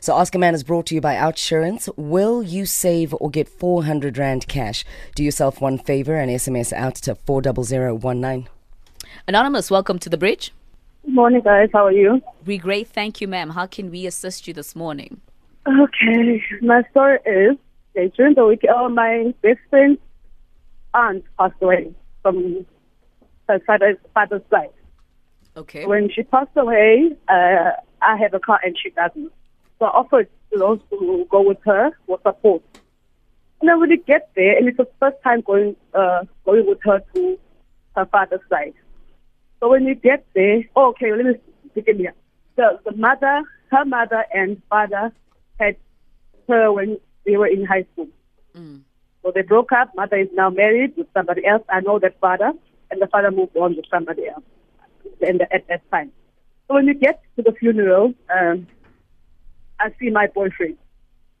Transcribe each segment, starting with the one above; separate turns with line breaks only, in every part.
So Ask a Man is brought to you by Outsurance. Will you save or get 400 Rand cash? Do yourself one favor and SMS out to 40019.
Anonymous, welcome to the bridge.
Morning, guys. How are you?
We great, thank you, ma'am. How can we assist you this morning?
Okay. My story is that during the week, oh, my best friend's aunt passed away from her father's, father's side.
Okay.
When she passed away, uh, I have a car and she doesn't. So I offered to those who go with her for support. And I really get there, and it's the first time going uh, going with her to her father's side. So when we get there, oh, okay, let me begin here. The, the mother, her mother and father had her when they were in high school.
Mm.
So they broke up. Mother is now married with somebody else. I know that father, and the father moved on with somebody else. And at that time, so when we get to the funeral, um, I see my boyfriend.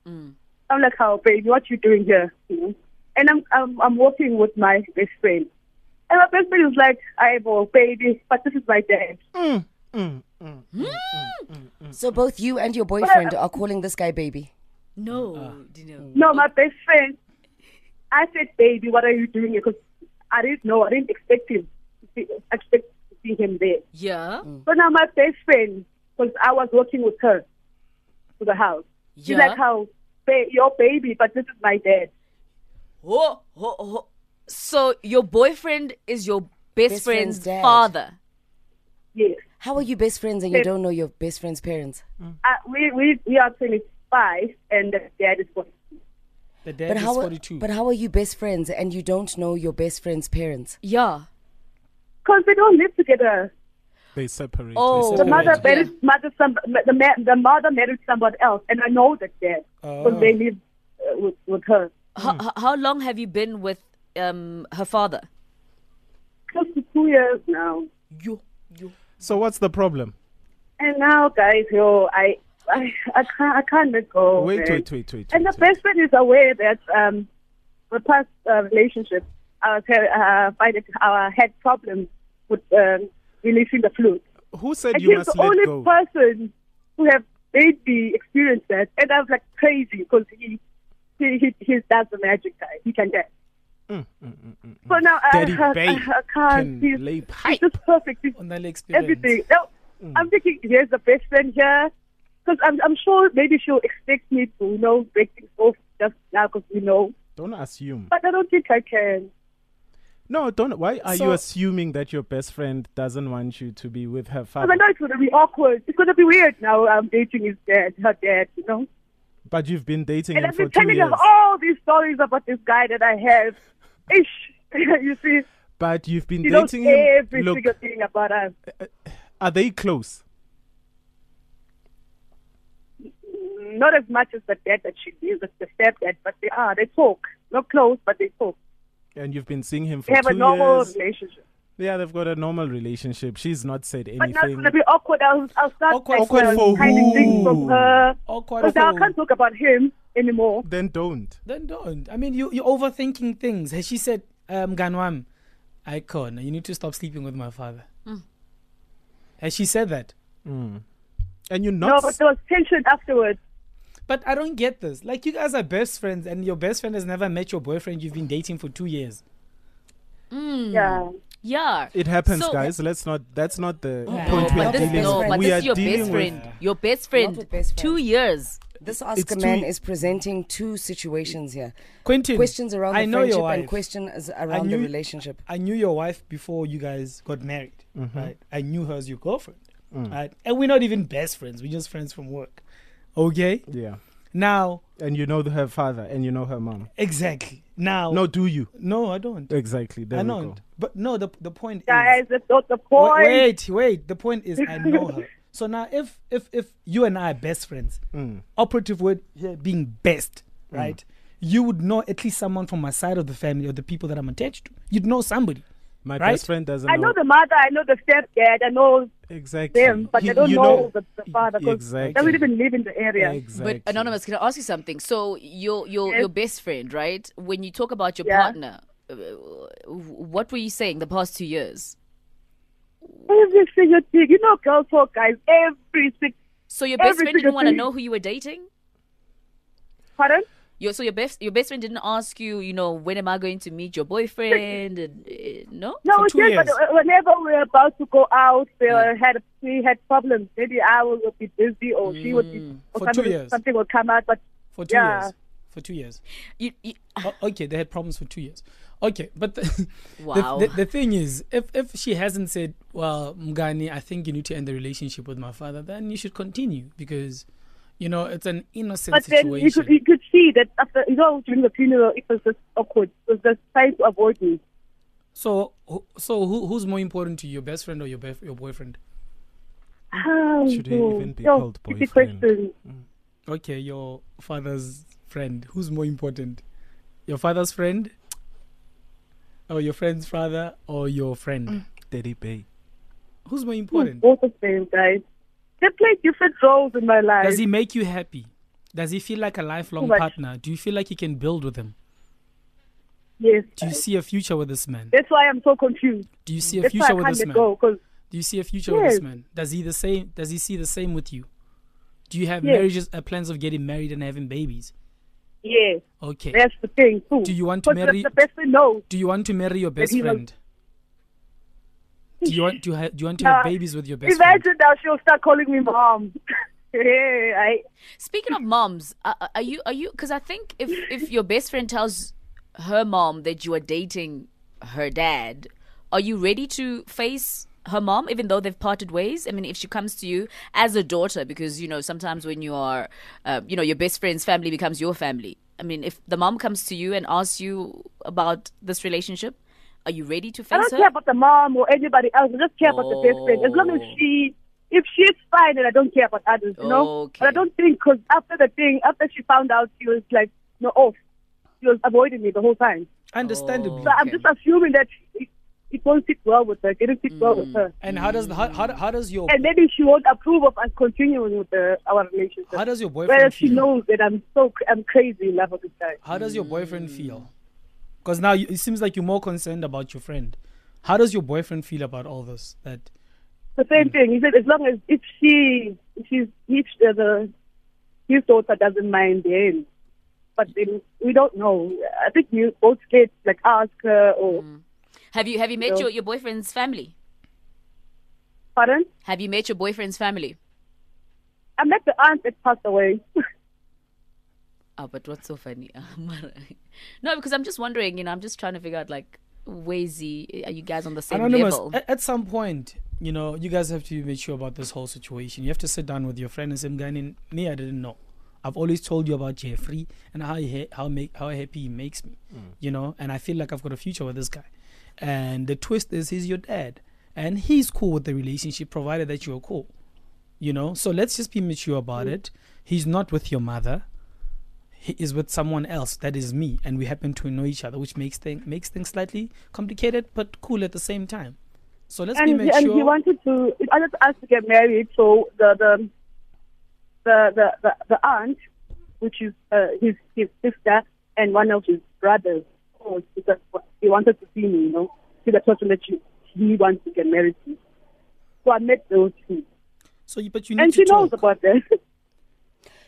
Mm.
I'm like, "How, baby, what you doing here?" You know? And I'm I'm I'm walking with my best friend, and my best friend is like, "I will, baby, but this is my dad."
So both you and your boyfriend are calling this guy baby.
No, Dino.
No, my best friend. I said, "Baby, what are you doing here?" Because I didn't know. I didn't expect him. To see, expect to see him there.
Yeah.
So now my best friend, because I was working with her to the house. She's
Yeah.
like, how ba- your baby, but this is my dad.
Ho, ho, ho. So your boyfriend is your best,
Best friend's
friend's,
dad.
father.
Yes,
How are you best friends and you don't know your best friend's parents?
I, we we we are 25, and the dad is 40.
The dad
But
is
how, are,
42.
but how are you best friends and you don't know your best friend's parents?
Yeah.
Because they don't live together.
They separate.
Oh.
The
they separate.
mother
Yeah.
married mother some the ma- the mother married somebody else, and I know that dad because
Oh.
they live uh, with with her
How, how- how long have you been with um, her father?
close to two years now.
You. You.
So what's the problem?
And now, guys, yo, I I I can't I can't let go.
wait,
man.
wait, wait, wait, wait.
And the
wait.
best friend is aware that um, the past uh, relationship, I was ha- uh, finding, uh, had problems with um, releasing the fluid.
Who said
And
you
he's
must
the
let
only
go?
person who have made me experience that, and I was like crazy because he, he, he, he's that's the magic guy. He can dance.
Mm, mm, mm, mm.
So now I,
Daddy
I,
Babe
I, I
can
can't. He's,
lay
he's
pipe.
just perfect. He's
On that experience.
everything. No,
Mm.
I'm thinking here's the best friend here, because I'm I'm sure maybe she'll expect me to you know break things off just now because you know,
Don't assume.
but I don't think I can.
No, don't. Why are
So-
you assuming that your best friend doesn't want you to be with her
Because I
father?
know it's gonna be awkward. It's gonna be weird now. I'm dating his dad, her dad, you know.
But you've been dating
And
him
I've
for
been
two
telling
years.
her all these stories about this guy that I have. Ish, you see,
But you've been
she knows
dating him.
every
Look,
single thing about us.
are they close?
Not as much as the dad that she deals with, the stepdad, but they are. They talk. Not close, but they talk.
And you've been seeing him for
They have
two
a normal
years.
relationship.
Yeah, they've got a normal relationship. She's not said
But now it's
anything.
gonna be awkward. I'll, I'll start
Awkward
like,
for
um,
who?
hiding things from her.
Awkward
Because now I
for-
can't talk about him anymore.
Then don't.
Then don't. I mean, you, you're overthinking things. Has she said, um, Ganwam, icon, you need to stop sleeping with my father?
Hmm.
Has she said that?
And you're
No,
not.
but there was tension afterwards.
But I don't get this. Like, you guys are best friends, and your best friend has never met your boyfriend you've been dating for two years.
Yeah.
Yeah.
it happens,
So- Oh,
guys. Let's not. That's not the
No,
point we're
but this,
dealing
no,
with.
but
we
this
are
is your
dealing
best
with.
friend. Your best friend.
with best
Two
friends.
years.
This Ask a
too-
Man is presenting two situations here.
Quentin.
Questions around
I
the
know
friendship
your
and
wife.
questions around the
knew-
relationship.
I knew your wife before you guys got married, right? I knew her as your girlfriend, right? And we're not even best friends. We're just friends from work. Okay.
Yeah.
Now,
And you know her father, and you know her mom.
exactly. Now,
No, do you?
no, I don't.
Exactly. There
Oh. I
we
don't.
go.
But no, the the point
Guys,
is.
that's not the
Wa-
point.
Wait, wait. The point is, I know her. So now, if if if you and I are best friends,
Mm.
operative word here being best, right? You would know at least someone from my side of the family or the people that I'm attached to. You'd know somebody.
My
Right?
best friend doesn't
I know the mother, I know the stepdad, I know
exactly
them, but
He-
I don't
you
know, the, the father because
exactly.
they don't even live in the area.
Exactly.
But anonymous, can I ask you something? So your your
Yes.
your best friend, right? When you talk about your
Yeah.
partner, uh, what were you saying the past two years?
Every single thing. You know, girls talk, guys, every single
So your best friend
Every
didn't
single
want to
thing.
know who you were dating.
Pardon?
Your, so your best your best friend didn't ask you, you know, when am I going to meet your boyfriend? And, uh, no.
No,
For
it's
two
just
years.
that whenever we were about to go out, we were- had we had problems. Maybe I would would be busy, or she would be, or
Hmm. For two
something,
years.
something would come out. But
for two
Yeah.
years. For two years.
You, you,
O- okay, they had problems for two years. Okay, but the, the-
Wow.
the, the, thing is, if, if she hasn't said, well, Mgani, I think you need to end the relationship with my father, then you should continue because, you know, it's an innocent
but then you
situation.
could you could see that after you know during the funeral it was just awkward. It was just trying to avoid me.
so, who- so who, who's more important to you, your best friend or your, bef- your boyfriend? Ah,
How
Should he
no.
even be
No,
called
tricky
boyfriend?
question.
Okay, your father's friend. Who's more important? Your father's friend? Or your friend's father or your friend?
Mm.
Daddy Bay.
Who's more important?
Both of them, guys. They play different roles in my life.
Does he make you happy? Does he feel like a lifelong
Too much.
partner? Do you feel like you can build with him?
yes.
Do you see a future with this man?
That's why I'm so confused.
Do you see a
That's why I
future with
can't
this
let
man?
go. Cause
Do you see a future with this
Yes.
man? Does he the same? Does he see the same with you? Do you have
Yes.
marriages, uh, plans of getting married and having babies?
yeah,
Okay.
that's the thing too.
Do you want to
Because
marry-
The best friend knows.
Do you want to marry your best
he was-
friend? Do you want do you, ha- do you want to
No,
have babies with your best friend?
Uh, Imagine now she'll start calling me mom. yeah, I.
Speaking of moms, are, are- are you are you? Because I think if if your best friend tells her mom that you are dating her dad, are you ready to face her mom, even though they've parted ways? I mean, if she comes to you as a daughter, because you know sometimes when you are, uh, you know, your best friend's family becomes your family. I mean, if the mom comes to you and asks you about this relationship, are you ready to
I
face
don't
her?
care about the mom or anybody else. I just care about the best friend. As long as
Oh.
she, if she's fine, and I don't care about others, you know.
Okay.
But I don't think because after the thing, after she found out, she was like, no, off. She was avoiding me the whole time.
Understandably.
So I'm just assuming that it, it won't sit well with her. It didn't sit well
Mm.
with her.
And how does the, how, how, how does your
And maybe she won't approve of us continuing with the, our relationship.
how does your boyfriend
Whereas she
feel?
knows that I'm so cr- I'm crazy in love with this guy.
How does your boyfriend feel? Because now you, it seems like you're more concerned about your friend. How does your boyfriend feel about all this? That
the same thing. He said as long as if she, if she's if uh, the his daughter doesn't mind then. But then we don't know. I think you both scared like ask her or
Have you have you met
No.
your, your boyfriend's family?
pardon.
Have you met your boyfriend's family?
I met the aunt that passed away.
Oh, but what's so funny? no, because I'm just wondering, you know, I'm just trying to figure out, like, Wazy, are you guys on the same
anonymous. eh,
level?
At, at some point, you know, you guys have to be mature about this whole situation. You have to sit down with your friend and say, "Mgani, me, I didn't know. I've always told you about Jeffrey and how he, ha- how make how happy he makes me. You know, and I feel like I've got a future with this guy. And the twist is, he's your dad, and he's cool with the relationship, provided that you're cool. You know, so let's just be mature about it. He's not with your mother." he is with someone else that is me and we happen to know each other which makes thing makes things slightly complicated but cool at the same time so let's be
and he,
make
and
sure
he wanted to he wanted us to get married. So the the the the, the, the aunt, which is uh, his his sister and one of his brothers, oh, because he wanted to see me. You know, see the person that she, he wants to get married to. So I met those two,
so you, but you need
and she
to
knows
talk
about that.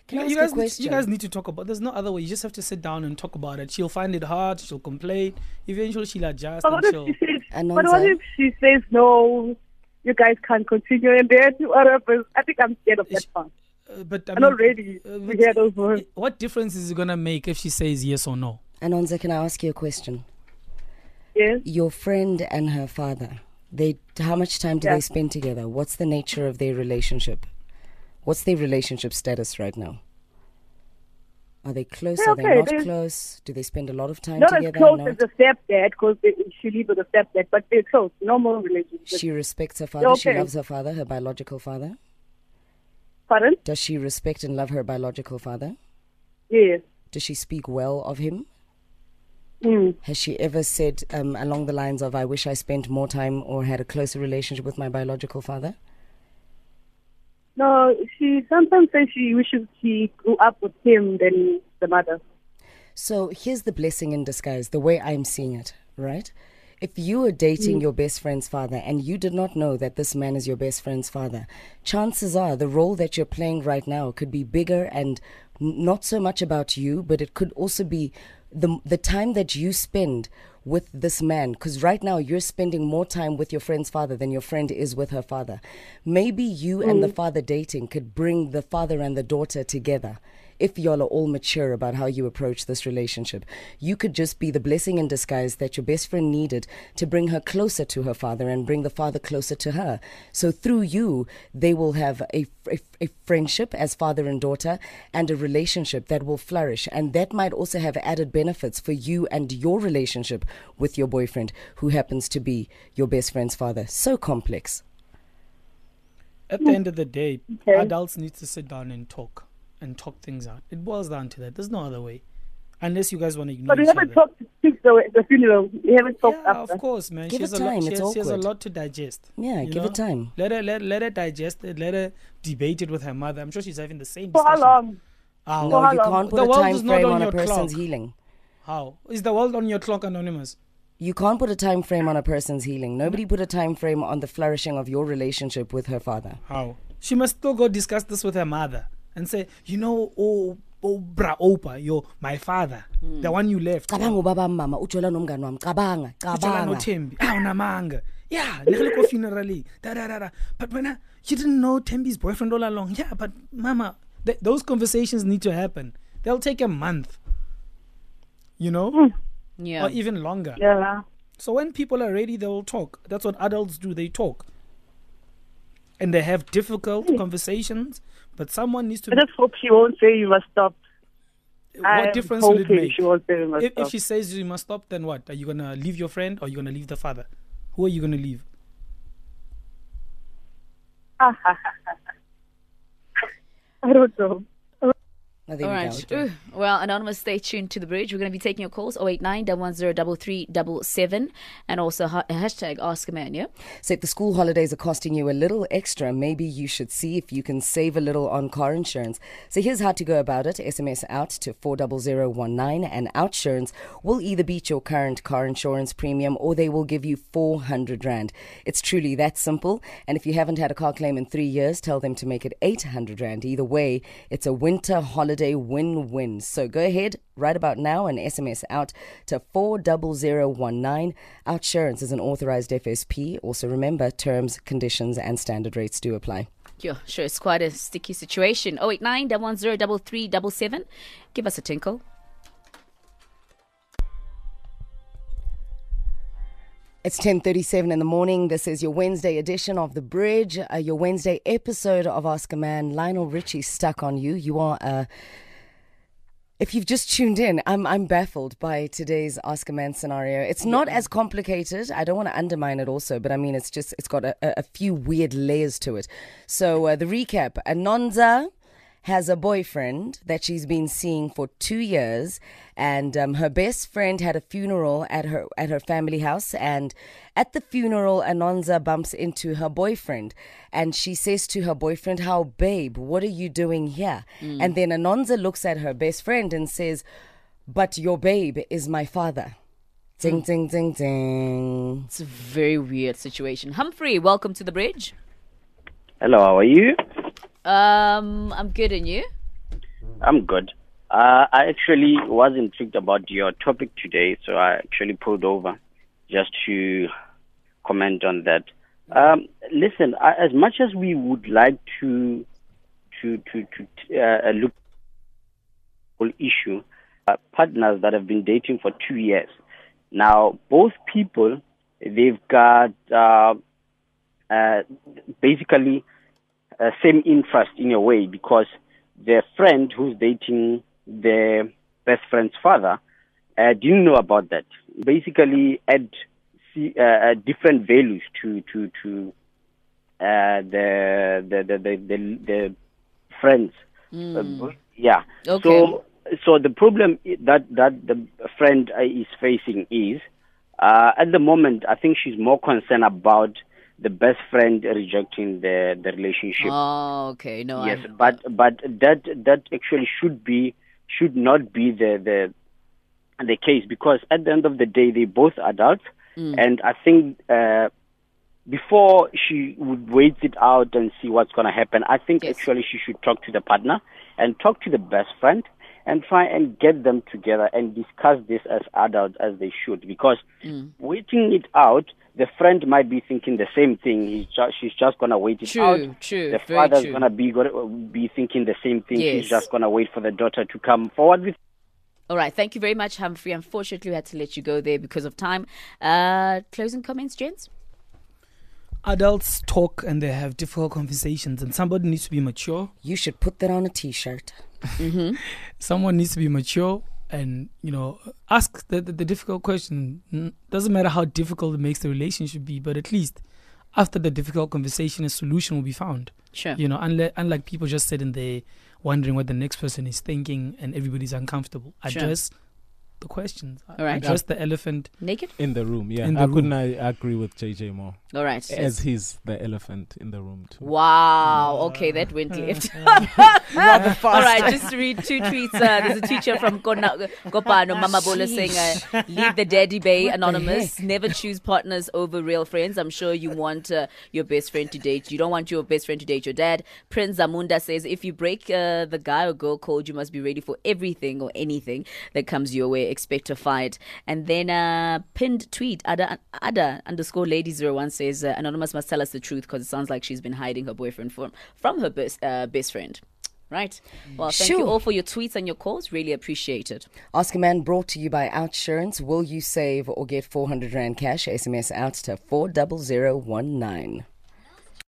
Can I ask
you, you
a
guys need,
question?
you guys need to talk about there's no other way you just have to sit down and talk about it she'll find it hard she'll complain eventually she'll adjust
but
and
what if she
she'll
says?
Anonza.
But what if she says no? You guys can't continue, and then whatever. I think I'm scared of that
Is-
part.
uh, but I
I'm not
mean,
ready
uh,
to
but
hear those words.
what difference is it gonna make if she says yes or no
Anonza, can I ask you a question?
Yes.
Your friend and her father, they how much time do
Yeah.
they spend together? What's the nature of their relationship? What's their relationship status right now? Are they close?
They're
Are they
okay.
not
They-
close? Do they spend a lot of time
not
together?
as close
Not-
as the stepdad because she lives with the stepdad, but they're close, normal relationship.
she respects her father. She
okay.
loves her father, her biological father.
Pardon?
Does she respect and love her biological father?
Yes.
Does she speak well of him?
Mm.
Has she ever said um, along the lines of, I wish I spent more time or had a closer relationship with my biological father?
No, she sometimes says she wishes she grew up with him than
Mm,
the mother.
So here's the blessing in disguise, the way I'm seeing it, right? If you were dating your best friend's father and you did not know that this man is your best friend's father, chances are the role that you're playing right now could be bigger and n- not so much about you, but it could also be the the time that you spend with this man because right now you're spending more time with your friend's father than your friend is with her father maybe you and the father dating could bring the father and the daughter together if y'all are all mature about how you approach this relationship you could just be the blessing in disguise that your best friend needed to bring her closer to her father and bring the father closer to her so through you they will have a, a, a friendship as father and daughter and a relationship that will flourish and that might also have added benefits for you and your relationship with your boyfriend who happens to be your best friend's father so complex
At the end of the day,
Hmm. Okay.
adults need to sit down and talk and talk things out. It boils down to that. There's no other way, unless you guys want to ignore.
But we
each
haven't
other.
talked since the, the funeral. We haven't talked
Yeah,
after.
of course, man.
Give
she, has
it
a
time,
lot, she,
it's
has, she has a
awkward.
lot to digest.
Yeah,
you
give it time.
Let her let, let her digest it. Let her debate it with her mother. I'm sure she's having the same.
For how
discussion.
long?
How?
no
how
you
long?
can't put
The
a
world
time
is not
frame
on
on a
your
person's
clock.
healing
How is the world on your clock, anonymous?
you can't put a time frame on a person's healing nobody put a time frame on the flourishing of your relationship with her father
How? She must still go discuss this with her mother and say, you know, oh, oh bra, opa, yo, my father,
Hmm.
the one you left.
cabanga ubaba mama ujola nomngani wami cabanga
Ujola
cabanga
noThembi. Ah, unamanga. Yeah, le re le ko funeraleng. Da, da, da, da. But when I, you didn't know Tembi's boyfriend all along. Yeah, but mama, th- those conversations need to happen. They'll take a month, you know,
Yeah.
or even longer.
Yeah.
So when people are ready, they will talk. That's what adults do. They talk. And they have difficult conversations, but someone needs to.
I just hope she won't say you must stop.
what
I'm
difference will it
hoping
make?
She won't say you must
If,
stop.
if she says you must stop, then what? Are you gonna leave your friend or are you gonna leave the father? Who are you gonna leave?
I don't know.
I think
All
we
right.
got it.
Ooh. Well, Anonymous, stay tuned to the bridge. We're going to be taking your calls 089 110 and also ha- hashtag Ask a Man, yeah?
So if the school holidays are costing you a little extra, maybe you should see if you can save a little on car insurance. So here's how to go about it. SMS out to 40019 and OutSurance will either beat your current car insurance premium or they will give you 400 rand. It's truly that simple. And if you haven't had a car claim in three years, tell them to make it 800 rand. Either way, it's a winter holiday win-win. So go ahead right about now and SMS out to 40019. OutSurance is an authorized FSP. Also remember terms, conditions and standard rates do apply.
Yeah, sure. It's quite a sticky situation. 089 110 Give us a tinkle.
It's 10:37 in the morning. This is your Wednesday edition of The Bridge, uh, your Wednesday episode of Oscar Man. Lionel Richie stuck on you. You are uh, if you've just tuned in, I'm I'm baffled by today's Oscar Man scenario. It's not as complicated. I don't want to undermine it also, but I mean it's just it's got a, a a few weird layers to it. So uh, the recap: Anonza has a boyfriend that she's been seeing for two years, and um, her best friend had a funeral at her at her family house, and at the funeral, Anonza bumps into her boyfriend, and she says to her boyfriend, "How, babe, what are you doing here?" And then Anonza looks at her best friend and says, "But your babe is my father." Ding, ding, ding, ding.
It's a very weird situation. Humphrey, welcome to the bridge.
Hello, how are you?
Um, I'm good, and you?
I'm good. Uh, I actually was intrigued about your topic today, so I actually pulled over just to comment on that. Um, listen, I, as much as we would like to to to, to uh, look whole issue, uh, partners that have been dating for two years. Now, both people, they've got uh, uh, basically uh, same interest in a way because their friend who's dating their best friend's father uh, didn't know about that. Basically, add see, uh, uh, different values to to to uh, the, the, the the the the friends. Uh, yeah.
Okay.
So so the problem i- that that the friend uh, is facing is uh, at the moment I think she's more concerned about the best friend rejecting the the relationship.
Oh, okay. No,
Yes,
I,
but but that that actually should be should not be the the the case because at the end of the day they both adults
Mm.
And I think uh, before she would wait it out and see what's going to happen, I think
Yes.
actually she should talk to the partner and talk to the best friend and try and get them together and discuss this as adults as they should because
Mm.
waiting it out, the friend might be thinking the same thing. He's ju- she's just going to wait it
True,
out.
true,
The
very
father's
true.
going to be gonna be thinking the same thing.
Yes.
She's just going to wait for the daughter to come forward with
All right. Thank you very much, Humphrey. Unfortunately, we had to let you go there because of time. Uh, closing comments, gents?
Adults talk and they have difficult conversations, and somebody needs to be mature.
You should put that on a t shirt.
Mm-hmm.
Someone needs to be mature and you know ask the, the, the difficult question. Mm, Doesn't matter how difficult it makes the relationship be, but at least after the difficult conversation, a solution will be found.
Sure.
You know, unlike, unlike people just sitting there wondering what the next person is thinking and everybody's uncomfortable.
Sure.
Address the questions.
All right.
Address the elephant.
Naked?
in the room. Yeah,
In the
I
room.
couldn't uh, agree with JJ more,
All right.
as he's the elephant in the room too.
Wow. Okay, that went left. All right, just to read two tweets. Uh, there's a teacher from Kona- Kopano, Mama Bola, saying, uh, Leave the daddy bay anonymous. Never choose partners over real friends. I'm sure you want uh, your best friend to date. You don't want your best friend to date your dad. Prince Zamunda says, If you break uh, the guy or girl code, you must be ready for everything or anything that comes your way. Expect a fight. And then uh, pinned tweet, Ada, Ada underscore lady01 says, uh, Anonymous must tell us the truth because it sounds like she's been hiding her boyfriend from, from her best, uh, best friend. Right. Well, thank you
Sure.
all for your tweets and your calls. Really appreciate it.
Ask a Man brought to you by Outsurance. Will you save or get 400 Rand cash? SMS out to 40019.